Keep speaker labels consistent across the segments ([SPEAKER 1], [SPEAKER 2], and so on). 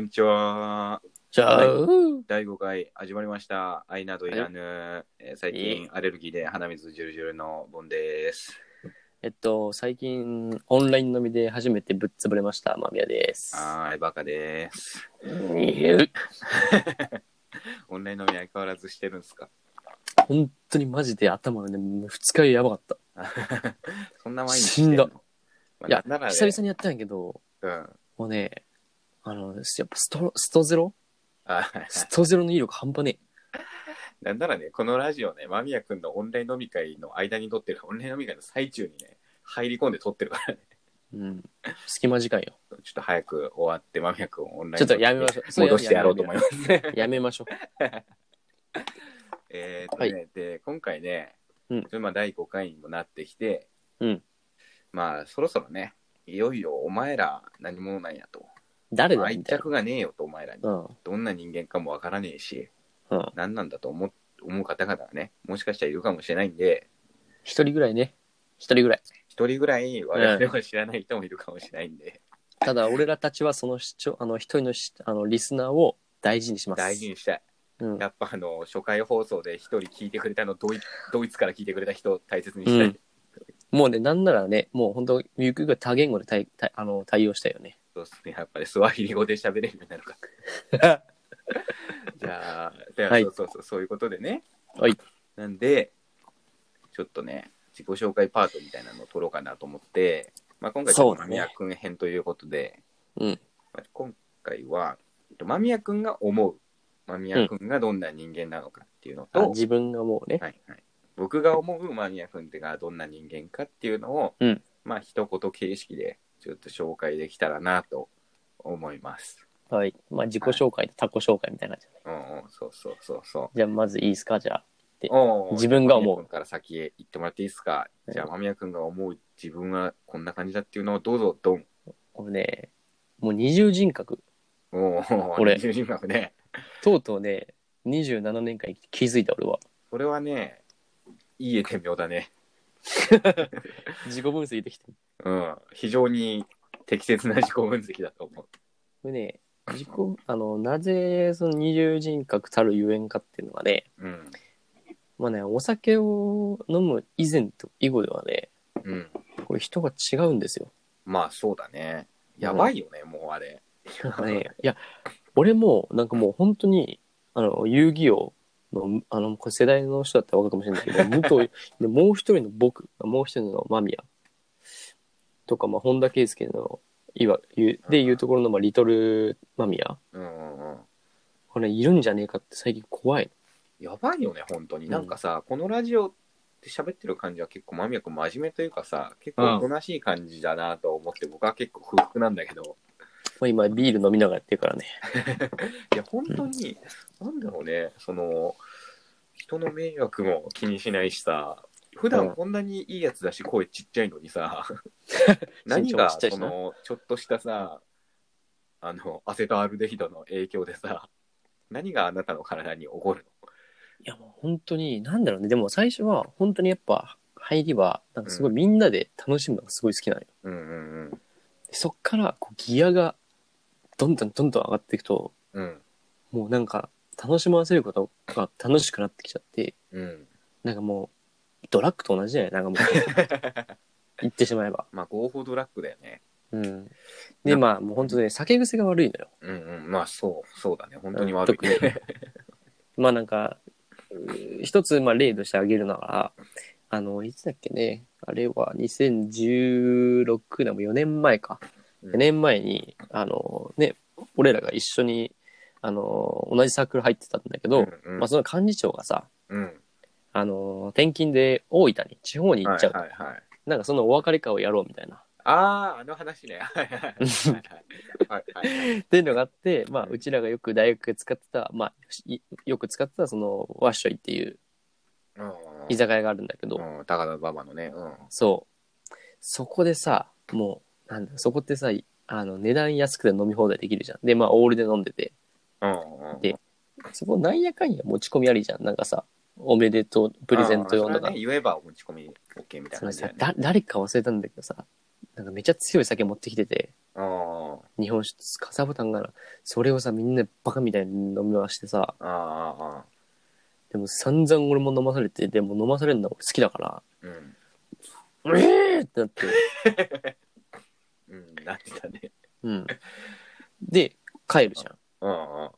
[SPEAKER 1] んちは。
[SPEAKER 2] じゃあ、う
[SPEAKER 1] 第5回始まりました。アイナドいらぬ。えー最近アレルギーで鼻水ジュルジュルのボンです。
[SPEAKER 2] えっと、最近、オンライン飲みで初めてぶっ潰れました、間宮です。
[SPEAKER 1] はーい、バカです。
[SPEAKER 2] うん
[SPEAKER 1] オンライン飲み相変わらずしてるんですか
[SPEAKER 2] 本当にマジで頭がね、もう二日酔いやばかった。
[SPEAKER 1] そんな毎日して
[SPEAKER 2] 死ん
[SPEAKER 1] の
[SPEAKER 2] だ
[SPEAKER 1] まあ
[SPEAKER 2] いや、
[SPEAKER 1] なんならね
[SPEAKER 2] 久々にやったんやけど、
[SPEAKER 1] うん。
[SPEAKER 2] もうね、あの、やっぱスト、ストゼロ
[SPEAKER 1] あ
[SPEAKER 2] ストゼロの威力半端ね
[SPEAKER 1] なんならね、このラジオね、間宮君のオンライン飲み会の間に撮ってる、オンライン飲み会の最中にね、入り込んで撮ってるからね、
[SPEAKER 2] え。うん。隙間時間よ。
[SPEAKER 1] ちょっと早く終わって間宮君をオンライ
[SPEAKER 2] ちょ
[SPEAKER 1] ン
[SPEAKER 2] っとやめましょう。そ
[SPEAKER 1] 戻してやろうと思い
[SPEAKER 2] ま
[SPEAKER 1] ます。
[SPEAKER 2] す。やめましょう。
[SPEAKER 1] えーっとね、
[SPEAKER 2] は
[SPEAKER 1] で、今回ね、
[SPEAKER 2] うん
[SPEAKER 1] ちょっとまあ第5回にもなってきて、
[SPEAKER 2] うん
[SPEAKER 1] まあ、そろそろね、いよいよお前ら何者なんやと。
[SPEAKER 2] 誰だ
[SPEAKER 1] 愛
[SPEAKER 2] みたい
[SPEAKER 1] 着がねえよと、お前らに。
[SPEAKER 2] な。うん。
[SPEAKER 1] どんな人間かもわからねえし、
[SPEAKER 2] うん。
[SPEAKER 1] 何なんだと思う思う方々がね、もしかしたらいるかもしれないんで、
[SPEAKER 2] 一人ぐらいね。一人ぐらい。
[SPEAKER 1] 一人ぐらい我々を知らない人もいるかもしれないんで、
[SPEAKER 2] ただ、俺らたちはその視聴、あの、一人のし、あの、リスナーを大事にします。
[SPEAKER 1] 大事にしたい。
[SPEAKER 2] うん。
[SPEAKER 1] やっぱあの、初回放送で一人聞いてくれたのドイ、ドイツから聞いてくれた人を大切にしたい。
[SPEAKER 2] うんもうね、なんならね、もう本当ゆくゆくは多言語で対対あの対応したいよ ね。
[SPEAKER 1] そうですね、やっぱりスワヒリ語で喋れるようになるか。じゃあ、では
[SPEAKER 2] はい
[SPEAKER 1] そうそうそう、そういうことでね。
[SPEAKER 2] はい。
[SPEAKER 1] なんで、ちょっとね、自己紹介パートみたいなのを取ろうかなと思って、まあ、今回ちょ
[SPEAKER 2] そ
[SPEAKER 1] っ
[SPEAKER 2] う
[SPEAKER 1] と
[SPEAKER 2] だ
[SPEAKER 1] 間
[SPEAKER 2] ね
[SPEAKER 1] 宮君編ということで、
[SPEAKER 2] うん
[SPEAKER 1] まあ今回は、えっと間宮君が思う、間宮君がどんな人間なのかっていうのと、
[SPEAKER 2] あ自分がもうね、
[SPEAKER 1] はいはい、僕が思う間宮君ってがどんな人間かっていうのを、
[SPEAKER 2] うん
[SPEAKER 1] まあ一言形式でちょっと紹介できたらなと思います。
[SPEAKER 2] はい。まあ、自己紹介と他己紹介みたいな感じ、
[SPEAKER 1] うんうん、そうそうそうそ
[SPEAKER 2] じゃあ、まずいいですかじゃあ。
[SPEAKER 1] う。おー
[SPEAKER 2] 自分が思
[SPEAKER 1] 間
[SPEAKER 2] う
[SPEAKER 1] 宮君から先へ行ってもらっていいですか。
[SPEAKER 2] はい
[SPEAKER 1] じゃあ間宮君が思う自分はこんな感じだっていうのをどうぞドン。
[SPEAKER 2] 俺ね、もう二重人格。
[SPEAKER 1] お ー
[SPEAKER 2] 俺
[SPEAKER 1] 二重人格ね。
[SPEAKER 2] とうとうね、27年間生きて気づいた俺は。
[SPEAKER 1] これはね、いいえ天妙だね。
[SPEAKER 2] 自己分析できてる。
[SPEAKER 1] うん、非常に適切な自己分析だと思う。
[SPEAKER 2] これね、自己、あの、なぜその二重人格たるゆえんかっていうのがね、
[SPEAKER 1] うん、
[SPEAKER 2] まあね、お酒を飲む以前と以後ではね、
[SPEAKER 1] うん、
[SPEAKER 2] これ人が違うんですよ。
[SPEAKER 1] まあそうだね。やばいよね、もうあれ。
[SPEAKER 2] なんかね、いや、俺も、なんかもう本当に、あの、遊戯王の、あの、これ世代の人だったらわかるかもしれ ないけど、武藤、でもう一人の僕、もう一人の間宮とか、まあ、本田圭佑の、いわ、ゆでいうところの、まあ、リトル間宮
[SPEAKER 1] うんうんうん
[SPEAKER 2] これ、いるんじゃねえかって最近怖い。
[SPEAKER 1] やばいよね、本当に。
[SPEAKER 2] うん
[SPEAKER 1] なんかさ、このラジオで喋ってる感じは結構、間宮君真面目というかさ、結構おとなしい感じだなと思って、僕は結構不服なんだけど、
[SPEAKER 2] まあ、今、ビール飲みながらやってるからね。
[SPEAKER 1] いや、本当に、なんだろうね、その、人の迷惑も気にしないしさ、普
[SPEAKER 2] う
[SPEAKER 1] 段
[SPEAKER 2] ん
[SPEAKER 1] こんなにいいやつだし、声ちっちゃいのに さ、
[SPEAKER 2] 身
[SPEAKER 1] 何
[SPEAKER 2] 長も
[SPEAKER 1] が、
[SPEAKER 2] ちっちゃい
[SPEAKER 1] そ
[SPEAKER 2] しな
[SPEAKER 1] の、ちょっとしたさ、あの、アセトアルデヒドの影響でさ、何があなたの体に起こるの
[SPEAKER 2] いや、もう本当に、なんだろうね。でも、最初は、本当にやっぱ、入りは、なんかすごいみんなで楽しむのがすごい好きなのよ
[SPEAKER 1] うんうんうん。
[SPEAKER 2] そっからこうギアがどんどんどんどん上がっていくと
[SPEAKER 1] うん。
[SPEAKER 2] もうなんか楽しませることが楽しくなってきちゃって
[SPEAKER 1] うん。
[SPEAKER 2] なんかもうドラッグと同じじゃないなんか もう言ってしまえば。
[SPEAKER 1] まあ、合法ドラッグだよね。
[SPEAKER 2] うん、でまあもう本当ね酒癖が悪いのよ。
[SPEAKER 1] うんうん。まあ、そう、そうだね。本当に悪いね。
[SPEAKER 2] うんまあなんかうー一つまあ例として挙げるならあのいつだっけねあれは2016年も4年前か
[SPEAKER 1] うん
[SPEAKER 2] 4年前にあのね俺らが一緒にあの同じサークル入ってたんだけど、
[SPEAKER 1] うんうん
[SPEAKER 2] まあ、その幹事長がさ、
[SPEAKER 1] うん。
[SPEAKER 2] あのー転勤で大分に地方に行っちゃう、
[SPEAKER 1] はいはいはい。
[SPEAKER 2] なんかそのお別れ会をやろうみたいな
[SPEAKER 1] ああ、あの話ね。はいはいはいはいはい。
[SPEAKER 2] っていうのがあって、まあ、うちらがよく大学で使ってた、まあ、いよく使ってたそのワッショイっていう
[SPEAKER 1] うん
[SPEAKER 2] 居酒屋があるんだけど、
[SPEAKER 1] うん。高田馬場のね。うん。
[SPEAKER 2] そうそこでさもうなんだそこってさあの値段安くて飲み放題できるじゃんでまあオールで飲んでて
[SPEAKER 1] うんうん。
[SPEAKER 2] でそこなんやかんや持ち込みありじゃんなんかさおめでとうプレゼント用
[SPEAKER 1] うんそ
[SPEAKER 2] の
[SPEAKER 1] れ
[SPEAKER 2] が
[SPEAKER 1] はね、言えば持ち込み OK みたい
[SPEAKER 2] そ
[SPEAKER 1] な感
[SPEAKER 2] れ
[SPEAKER 1] じだ
[SPEAKER 2] さ
[SPEAKER 1] よね。
[SPEAKER 2] だ誰か忘れたんだけどさなんかめっちゃ強い酒持ってきてて
[SPEAKER 1] うん。
[SPEAKER 2] 日本酒かさぶたんかなそれをさみんなバカみたいに飲み回してさ
[SPEAKER 1] ああ、ああ、
[SPEAKER 2] でも散々俺も飲まされてでも飲まされるのは俺好きだから
[SPEAKER 1] うん。
[SPEAKER 2] うえーってなって
[SPEAKER 1] うん、なってたね。
[SPEAKER 2] うんで帰るじゃん
[SPEAKER 1] うんうん。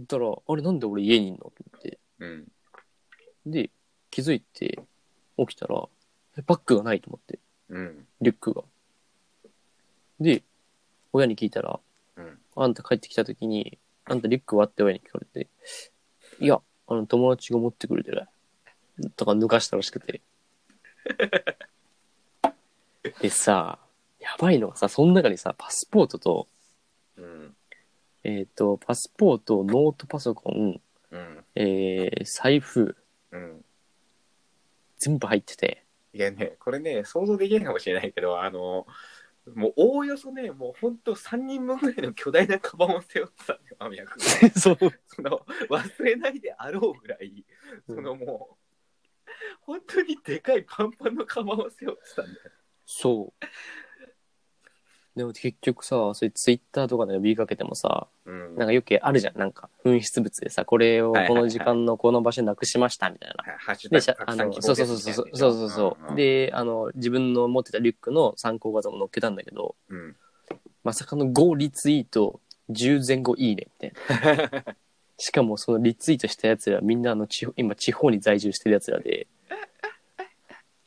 [SPEAKER 2] だからあれなんで俺家にいんのと思って
[SPEAKER 1] うん。
[SPEAKER 2] で気づいて起きたらえバッグがないと思って
[SPEAKER 1] うん。
[SPEAKER 2] リュックがで親に聞いたら
[SPEAKER 1] うん。
[SPEAKER 2] あんた帰ってきた時に、あんたリュックはって親に聞かれて、いや、あの友達が持ってくれてない。とか抜かしたらしくて。でさ、やばいのがさ、その中にさ、パスポートと、
[SPEAKER 1] うん。
[SPEAKER 2] えっ、と、パスポート、ノートパソコン、
[SPEAKER 1] うん。
[SPEAKER 2] えー、財布、
[SPEAKER 1] うん。
[SPEAKER 2] 全部入ってて、
[SPEAKER 1] いやね、これね、想像できないかもしれないけど、あの、もうおおよそね、もうほんと3人分ぐらいの巨大なカバンを背負ってたんだよ、間宮君。
[SPEAKER 2] そう、
[SPEAKER 1] その、忘れないであろうぐらい、そのもう、本当にでかいパンパンのカバンを背負ってたんだよ。
[SPEAKER 2] そう。でも結局さ、それツイッターとかで呼びかけてもさ、
[SPEAKER 1] うん
[SPEAKER 2] なんかよくあるじゃん。なんか、紛失物でさ、これを
[SPEAKER 1] はいはい
[SPEAKER 2] こ
[SPEAKER 1] はい
[SPEAKER 2] の時間のこの場所なくしましたみたいな。
[SPEAKER 1] ハッシュ
[SPEAKER 2] で、
[SPEAKER 1] タ
[SPEAKER 2] しゃ
[SPEAKER 1] グ
[SPEAKER 2] あ
[SPEAKER 1] 拡散
[SPEAKER 2] の、
[SPEAKER 1] 希望
[SPEAKER 2] そうそう
[SPEAKER 1] です
[SPEAKER 2] そう
[SPEAKER 1] みたい
[SPEAKER 2] そ
[SPEAKER 1] なや、つでしょ
[SPEAKER 2] うそうそうそう。
[SPEAKER 1] ん
[SPEAKER 2] で、あの、自分の持ってたリュックの参考画像も載っけたんだけど、
[SPEAKER 1] うんうん
[SPEAKER 2] まさかの5リツイート、10前後いいねみたいな。しかもそのリツイートしたやつら、みんなあの地方、今地方に在住してるやつらで、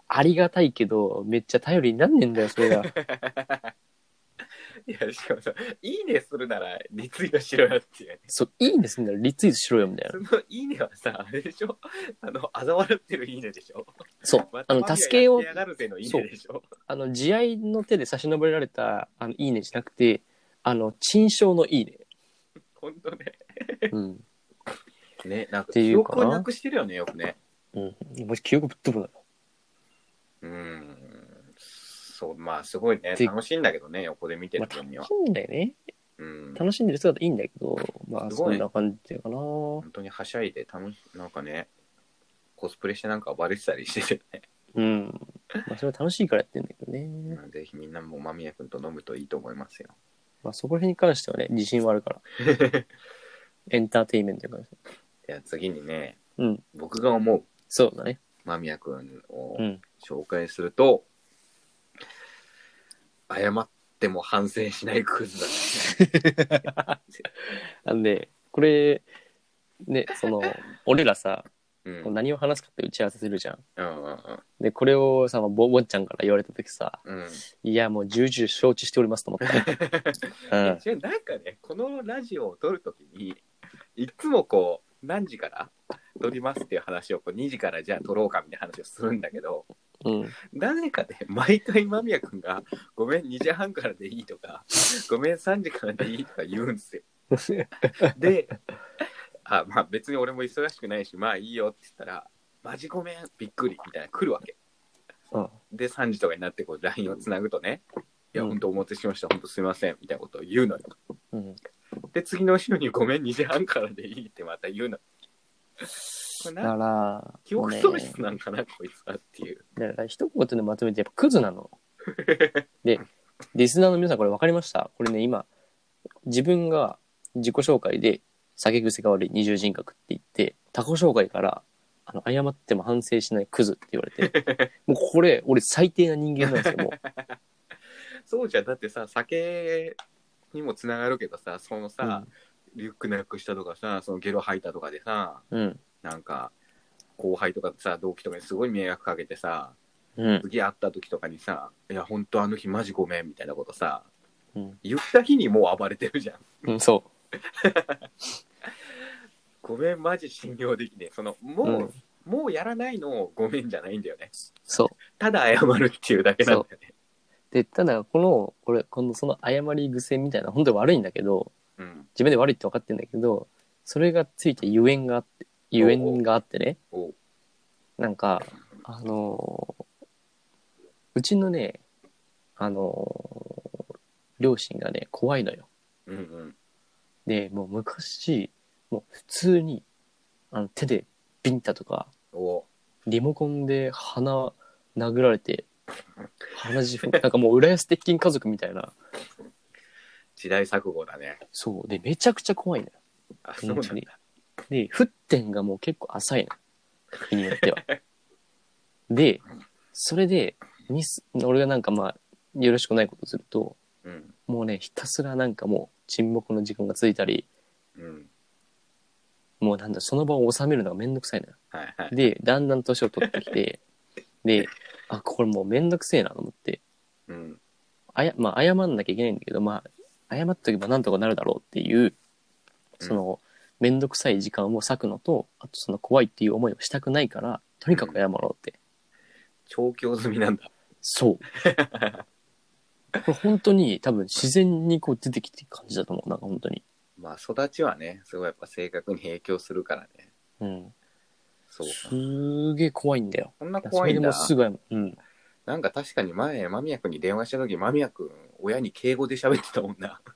[SPEAKER 2] ありがたいけど、めっちゃ頼りになんねんだよ、それが。
[SPEAKER 1] いや、しかもさ、いいねするならリツイートしろよっていうね。
[SPEAKER 2] そう、いいんですんだよ、リツイートしろよ、みたいな
[SPEAKER 1] そ。のいいねはさ、あれでしょ あの、あざ笑ってるいいねでしょ
[SPEAKER 2] そう、あの、助けよう
[SPEAKER 1] やってやがるぜのいいねでしょ
[SPEAKER 2] あの、慈愛の手で差し伸べられた、あの、いいねじゃなくて、あの、陳傷のいいね。
[SPEAKER 1] 本当ね。
[SPEAKER 2] うん。
[SPEAKER 1] ね、なんか
[SPEAKER 2] てい
[SPEAKER 1] 記
[SPEAKER 2] うか
[SPEAKER 1] 憶
[SPEAKER 2] な
[SPEAKER 1] をなくしてるよね、よくね。
[SPEAKER 2] うん。もし記憶ぶっ飛ぶのよ。
[SPEAKER 1] うん。そう、まあすごいね。
[SPEAKER 2] で
[SPEAKER 1] 楽しいんだけどね、横で見て
[SPEAKER 2] ま
[SPEAKER 1] る
[SPEAKER 2] あ、楽
[SPEAKER 1] 分には
[SPEAKER 2] し。いんだよね。
[SPEAKER 1] うん。
[SPEAKER 2] 楽しんでる姿いいんだけど、まあ、
[SPEAKER 1] す
[SPEAKER 2] そ
[SPEAKER 1] ごい
[SPEAKER 2] んな感じかな。う
[SPEAKER 1] 本当にはしゃいで楽し、なんかね、コスプレしてなんか暴れてたりしててね。
[SPEAKER 2] ん。まあ、それは楽しいからやってんだけどね。
[SPEAKER 1] ぜひみんなも間宮君と飲むといいと思いますよ。
[SPEAKER 2] まあ、そこら辺に関してはね、自信はあるから。 エンターテインメントに関しては。
[SPEAKER 1] じゃあ次にね、
[SPEAKER 2] うん。
[SPEAKER 1] 僕が思う
[SPEAKER 2] そうだね。
[SPEAKER 1] 間宮君を
[SPEAKER 2] うん。
[SPEAKER 1] 紹介すると、謝っても反省しないクズだね。
[SPEAKER 2] なんで、これ、ね、その、俺らさ、
[SPEAKER 1] うん。うん
[SPEAKER 2] 何を話すかって打ち合わせするじゃん。
[SPEAKER 1] うん
[SPEAKER 2] で、これをさ、まあぼぼっちゃんから言われた時さ、
[SPEAKER 1] うん。
[SPEAKER 2] いや、もう重々承知しておりますと思って。 うん。
[SPEAKER 1] 違うなんかね、このラジオを撮るときに、いつもこう、何時から撮りますっていう話をこう2時からじゃあ撮ろうかみたいな話をするんだけど、
[SPEAKER 2] うん。
[SPEAKER 1] なぜかね、毎回間宮君が、ごめん、2時半からでいいとか、ごめん、3時からでいいとか言うんですよ。で、あ、まあ別に俺も忙しくないし、まあいいよって言ったら、マジごめん、びっくり、みたいな来るわけ。
[SPEAKER 2] うん。
[SPEAKER 1] で、3時とかになってこう LINE をつなぐとね、いや、
[SPEAKER 2] うん
[SPEAKER 1] 本当お待たせしました、本当すいません、みたいなことを言うのよ。
[SPEAKER 2] うん。
[SPEAKER 1] で、次の週にごめん、2時半からでいいってまた言うの。これ
[SPEAKER 2] だ
[SPEAKER 1] な
[SPEAKER 2] か
[SPEAKER 1] ん
[SPEAKER 2] ら、
[SPEAKER 1] 記憶喪失なんかな、こいつはっていう。
[SPEAKER 2] だから一言でまとめてやっぱクズなの。で、リスナーの皆さんこれ分かりましたこれね、今、自分が自己紹介で酒癖が悪い二重人格って言って、他己紹介から、あの、謝っても反省しないクズって言われて、もうこれ、俺最低な人間なんですよ、もう。
[SPEAKER 1] そうじゃん、だってさ、酒にもつながるけどさ、そのさ、リュックなくしたとかさ、そのゲロ吐いたとかでさ、
[SPEAKER 2] うん。
[SPEAKER 1] なんか、後輩とかさ、同期とかにすごい迷惑かけてさ、
[SPEAKER 2] うん。
[SPEAKER 1] 次会った時とかにさ、いや、本当あの日マジごめんみたいなことさ、
[SPEAKER 2] うん。
[SPEAKER 1] 言った日にもう暴れてるじゃん。
[SPEAKER 2] うん、そ
[SPEAKER 1] ごめん、マジ信用できねえ。その、もう、
[SPEAKER 2] うん
[SPEAKER 1] もうやらないのをごめんじゃないんだよね。
[SPEAKER 2] う。そう。
[SPEAKER 1] ただ謝るっていうだけなんだよね。
[SPEAKER 2] で、ただ、この、これ、この、その謝り癖みたいな、本当に悪いんだけど、
[SPEAKER 1] うん。
[SPEAKER 2] 自分で悪いって分かってんだけど、それがついてゆえんがあって、ゆえんがあってね、
[SPEAKER 1] おう
[SPEAKER 2] なんか、あのーうちのね、あのー両親がね、怖いのよ。
[SPEAKER 1] うんうん。
[SPEAKER 2] で、もう昔、もう普通に、あの、手でビンタとか、
[SPEAKER 1] おう
[SPEAKER 2] リモコンで鼻殴られて、鼻血、なんかもう浦安鉄筋家族みたいな、
[SPEAKER 1] 時代錯誤だね。
[SPEAKER 2] そう。で、めちゃくちゃ怖いのよ。
[SPEAKER 1] あ、そうなんだ。
[SPEAKER 2] で、沸点がもう結構浅いの。日によっては。で、それで、ミス、俺がなんかまあ、よろしくないことすると、
[SPEAKER 1] うん。
[SPEAKER 2] もうね、ひたすらなんかもう沈黙の時間が続いたり、
[SPEAKER 1] うん。
[SPEAKER 2] もうなんだ、その場を収めるのがめんどくさいのよ。
[SPEAKER 1] はいはい。
[SPEAKER 2] で、だんだん年を取ってきて、で、あ、これもうめんどくせえなと思って、
[SPEAKER 1] うん。
[SPEAKER 2] あや、まあ、謝んなきゃいけないんだけど、まあ、謝っとけばなんとかなるだろうっていう、その、めんどくさい時間を割くのと、あとその怖いっていう思いをしたくないから、とにかく謝ろうって。
[SPEAKER 1] 調教済みなんだ。
[SPEAKER 2] そう。 これ本当に多分自然にこう出てきてる感じだと思う。なんか本当に。
[SPEAKER 1] まあ、育ちはね、すごいやっぱ性格に影響するからね。
[SPEAKER 2] うん。
[SPEAKER 1] そうか。
[SPEAKER 2] すげえ怖いんだよ。
[SPEAKER 1] こんな怖い
[SPEAKER 2] それで
[SPEAKER 1] ん
[SPEAKER 2] もう
[SPEAKER 1] だ。
[SPEAKER 2] すぐ謝る。うん。
[SPEAKER 1] なんか確かに前、間宮君に電話した時、間宮君、親に敬語で喋ってたもんな。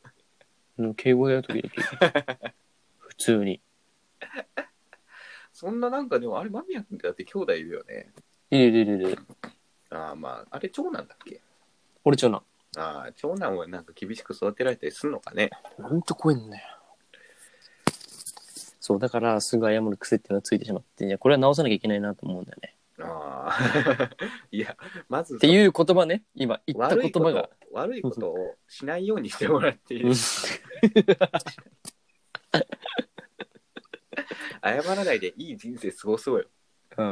[SPEAKER 2] うん敬語でやるとき々 普通に。
[SPEAKER 1] そんななんかでも、あれ間宮君ってだって兄弟いるよね。
[SPEAKER 2] いるいるいるいる。
[SPEAKER 1] ああ、まあ、あれ長男だっけ
[SPEAKER 2] 俺ちょな。
[SPEAKER 1] ああ、長男はなんか厳しく育てられたりするのかね。
[SPEAKER 2] ほんと怖いんだよ。そう、だからすぐ謝る癖っていうのがついてしまって、いや、これは直さなきゃいけないなと思うんだよね。
[SPEAKER 1] あ あ。いや、まず、
[SPEAKER 2] っていう言葉ね、今言った
[SPEAKER 1] 悪
[SPEAKER 2] 言
[SPEAKER 1] いこと
[SPEAKER 2] 葉が。
[SPEAKER 1] 悪いことをしないようにしてもらってい い謝らないでいい人生過ごそうよ。
[SPEAKER 2] うん。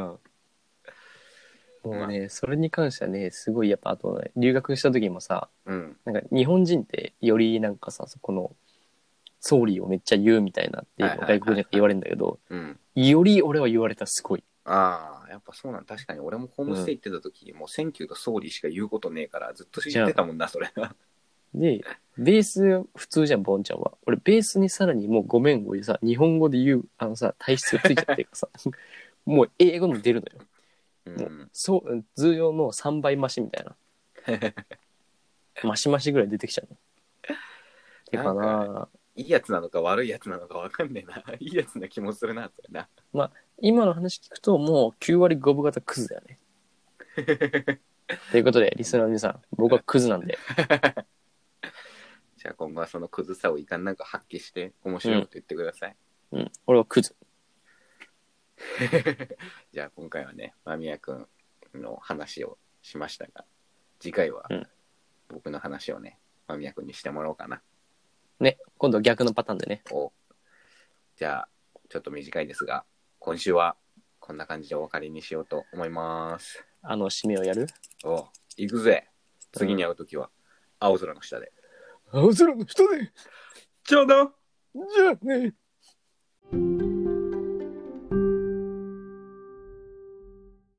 [SPEAKER 2] もうね、それに関してはね、すごいやっぱ、あとね、留学した時もさ、
[SPEAKER 1] うん。
[SPEAKER 2] なんか日本人ってよりなんかさ、そこの、総理をめっちゃ言うみたいなっていうの
[SPEAKER 1] は
[SPEAKER 2] を
[SPEAKER 1] いはいはい
[SPEAKER 2] 外国人から言われるんだけど、
[SPEAKER 1] うん。
[SPEAKER 2] より俺は言われた、すごい。
[SPEAKER 1] ああ、やっぱそうなん確かに俺もホームステイ行ってた時、もうセンキューとソーリーしか言うことねえから、ずっと知ってたもんな、それ。
[SPEAKER 2] で、ベース、普通じゃん、ボンちゃんは。俺、ベースにさらにもうごめんをさ、日本語で言う、あのさ、体質がついちゃってるからさ、 もう英語の出るのよ。
[SPEAKER 1] うん。
[SPEAKER 2] そう、通用の3倍増しみたいな。増し増しぐらい出てきちゃうの。てかな
[SPEAKER 1] なんいいやつなのか悪いやつなのかわかんねえな。 いいやつな気もするな、それな。
[SPEAKER 2] 今の話聞くと、もう9割5分型クズだよね。ということで、リスナーの皆さん、僕はクズなんで、
[SPEAKER 1] じゃあ今後はそのクズさをいかんなんか発揮して、面白いこと言ってください。
[SPEAKER 2] うん、俺はクズ。
[SPEAKER 1] じゃあ今回はね、間宮くんの話をしましたが、次回は
[SPEAKER 2] うん
[SPEAKER 1] 僕の話をね、間宮くんにしてもらおうかな。
[SPEAKER 2] ね、今度は逆のパターンでね。
[SPEAKER 1] おじゃあ、ちょっと短いですが、今週はこんな感じでお別れにしようと思います。
[SPEAKER 2] あの、締めをやる
[SPEAKER 1] お行くぜ次に会うときは、青空の下で。
[SPEAKER 2] 青空の人で
[SPEAKER 1] ちょうど
[SPEAKER 2] じゃあね